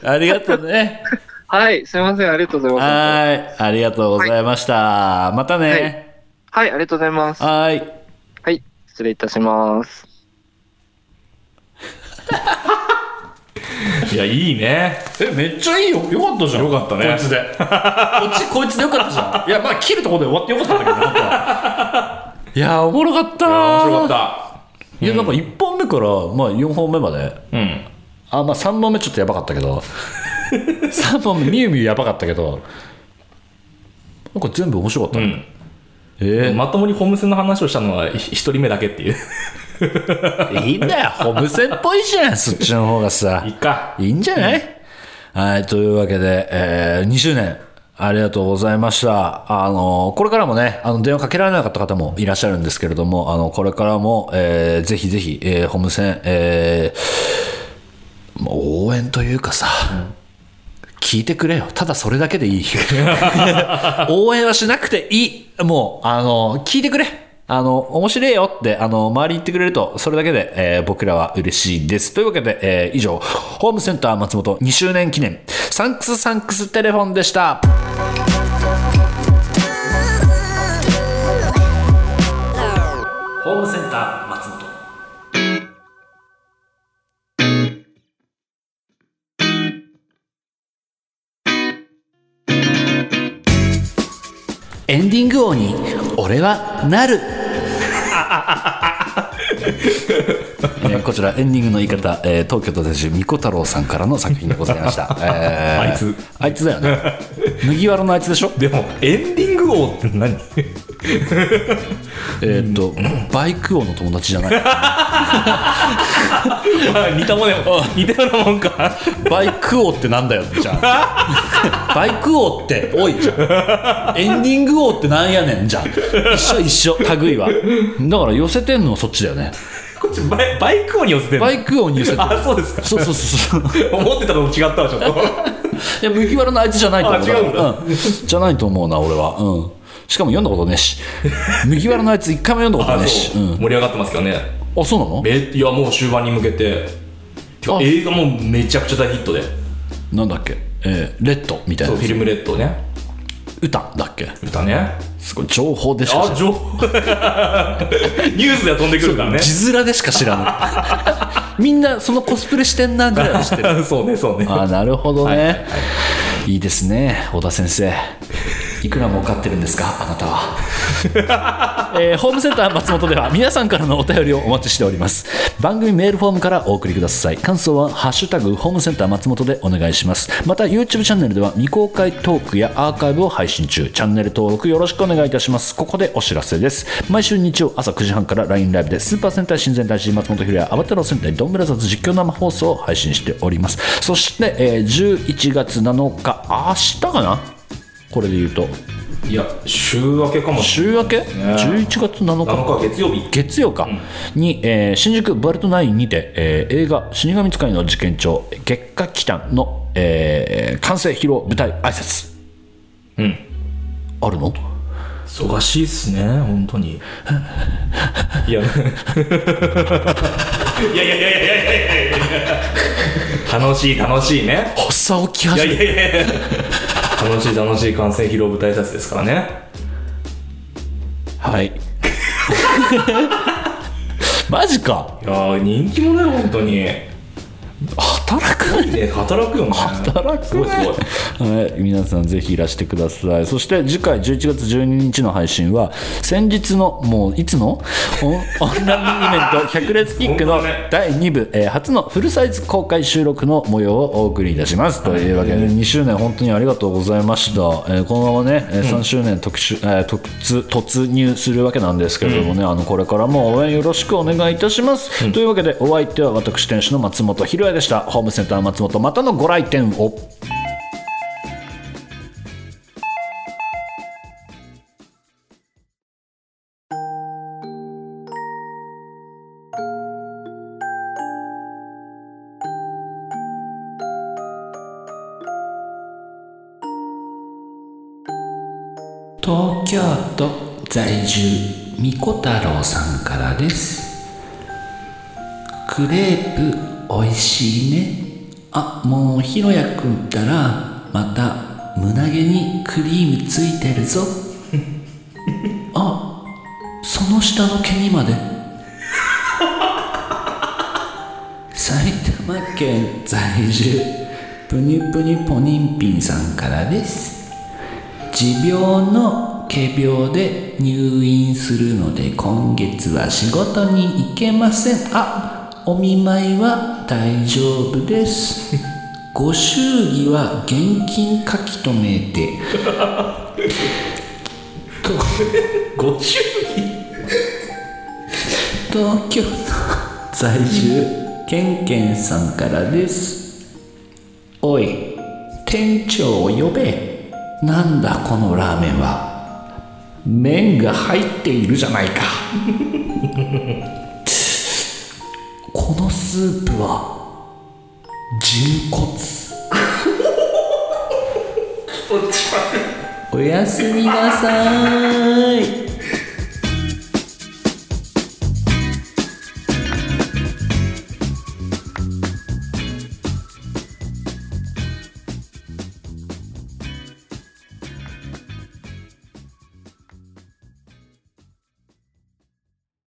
ありがとうね。はい、すみません、ありがとうございます。はい。ありがとうございました。またね。はい、ありがとうございます。はいはい、失礼いたします。いや、いいね。えめっちゃいいよよかったじゃんよかったねこいつでこっちこいつでよかったじゃんいやまあ切るとこで終わってよかったんだけど本当はいやおもろかった面白かいやなんか1本目から、まあ、4本目までった。うん。あまあ3本目ちょっとやばかったけど3本目みゆみゆやばかったけどなんか全部面白かったうね、ん、えーまともにホームセンの話をしたのは一人目だけっていういいんだよホブセンっぽいじゃんそっちの方がさいっかいいんじゃない、はい、というわけで、えー2周年、ありがとうございました。あの、これからもね、あの、電話かけられなかった方もいらっしゃるんですけれども、あの、これからも、えーぜひぜひ、えーホームセン、えーもう応援というかさ、聞いてくれよ。ただそれだけでいい。 応援はしなくていい。もう、あの、聞いてくれ。あの、面白いよって、あの、周りに言ってくれると、それだけで、えー僕らは嬉しいです。というわけで、えー以上、ホームセンター松本2周年記念、サンクスサンクステレフォンでした。ホームセンター松本。エンディング王に、俺はなる。 えーこちらエンディングの言い方、えー東京都在住みこ太郎さんからの作品でございま した、えーあいつあいつだよ ね麦わらのあいつでしょでもエンディング王って 何えーっとバイク王の友達じゃない似たもんでも 似たようなもんかバイク王ってなんだよじゃあ バイク王って多いじゃんエンディング王ってなんやねんじゃん一緒一緒類はだから寄せてんのはそっちだよねこっちバイバイク王に寄せてるバイク王に寄せてあそうですかそうそうそうそう思ってたのと違ったわち ょっといや麦わらのあいつじゃないと思うあ違うんだうんじゃないと思うな俺はうんしかも読んだことねえし麦わらのあいつ一回も読んだことあねえしそう、うん盛り上がってますけどねあそうなのめいやもう終盤に向けててかあ映画もめちゃくちゃ大ヒットでなんだっけ、えーレッドみたいそなうフィルムレッドね歌だっけ歌ねすごい情報でしか知あらな い情報ニュースでは飛んでくるからね字面でしか知らない みんなそのコスプレしてんなぐらいは知ってる そうねそうねあーなるほどね、いい、ですね小田先生いくら儲かってるんですかあなたはえーホームセンター松本では皆さんからのお便りをお待ちしております番組メールフォームからお送りください感想は「ハッシュタグホームセンター松本」でお願いしますまた YouTube チャンネルでは未公開トークやアーカイブを配信中チャンネル登録よろしくお願いいたしますここでお知らせです毎週日曜朝9時半から LINE ライブでスーパー戦隊新戦隊新松本ひろやアバターの戦隊ドンブラザーズ実況生放送を配信しておりますそして、えー11月7日明日かなこれで言うといや週明けかもしれ週明け11月7な日い7日月曜日月曜かに、えー新宿バルトナインにて、えー映画「死神使いの事件帳月下祈祷の」えー完成披露舞台挨拶うんあるの忙しいっすね本当に いやいやいやいやいやいやいやいや楽しい楽しいね発作起きいや始いめやいやいや楽しい楽しい完成披露舞台挨拶ですからねはい マジかいやー人気者よ本当にね働く働くよね働くすごいすごいはい、皆さんぜひいらしてくださいそして次回11月12日の配信は先日のもういつのオンオンラインイベント「百列キック」の第2部、えー初のフルサイズ公開収録の模様をお送りいたしますというわけで2周年本当にありがとうございました、えーこのままね3周年特集、えー突突入するわけなんですけれどもね、あのこれからも応援よろしくお願いいたします、というわけでお相手は私店主の松本ひろやでしたホームセンター松本またのご来店を東京都在住みこ太郎さんからですクレープおいしいねあもうひろやくんったらまた胸毛にクリームついてるぞあその下の毛にまで埼玉県在住ぷにぷにぽにんぴんさんからです持病の仮病で入院するので今月は仕事に行けませんあお見舞いは大丈夫です ご祝儀は現金書き留めてご祝儀東京の在住ケンケンさんからですおい店長を呼べなんだこのラーメンは麺が入っているじゃないか このスープは人骨おやすみなさーい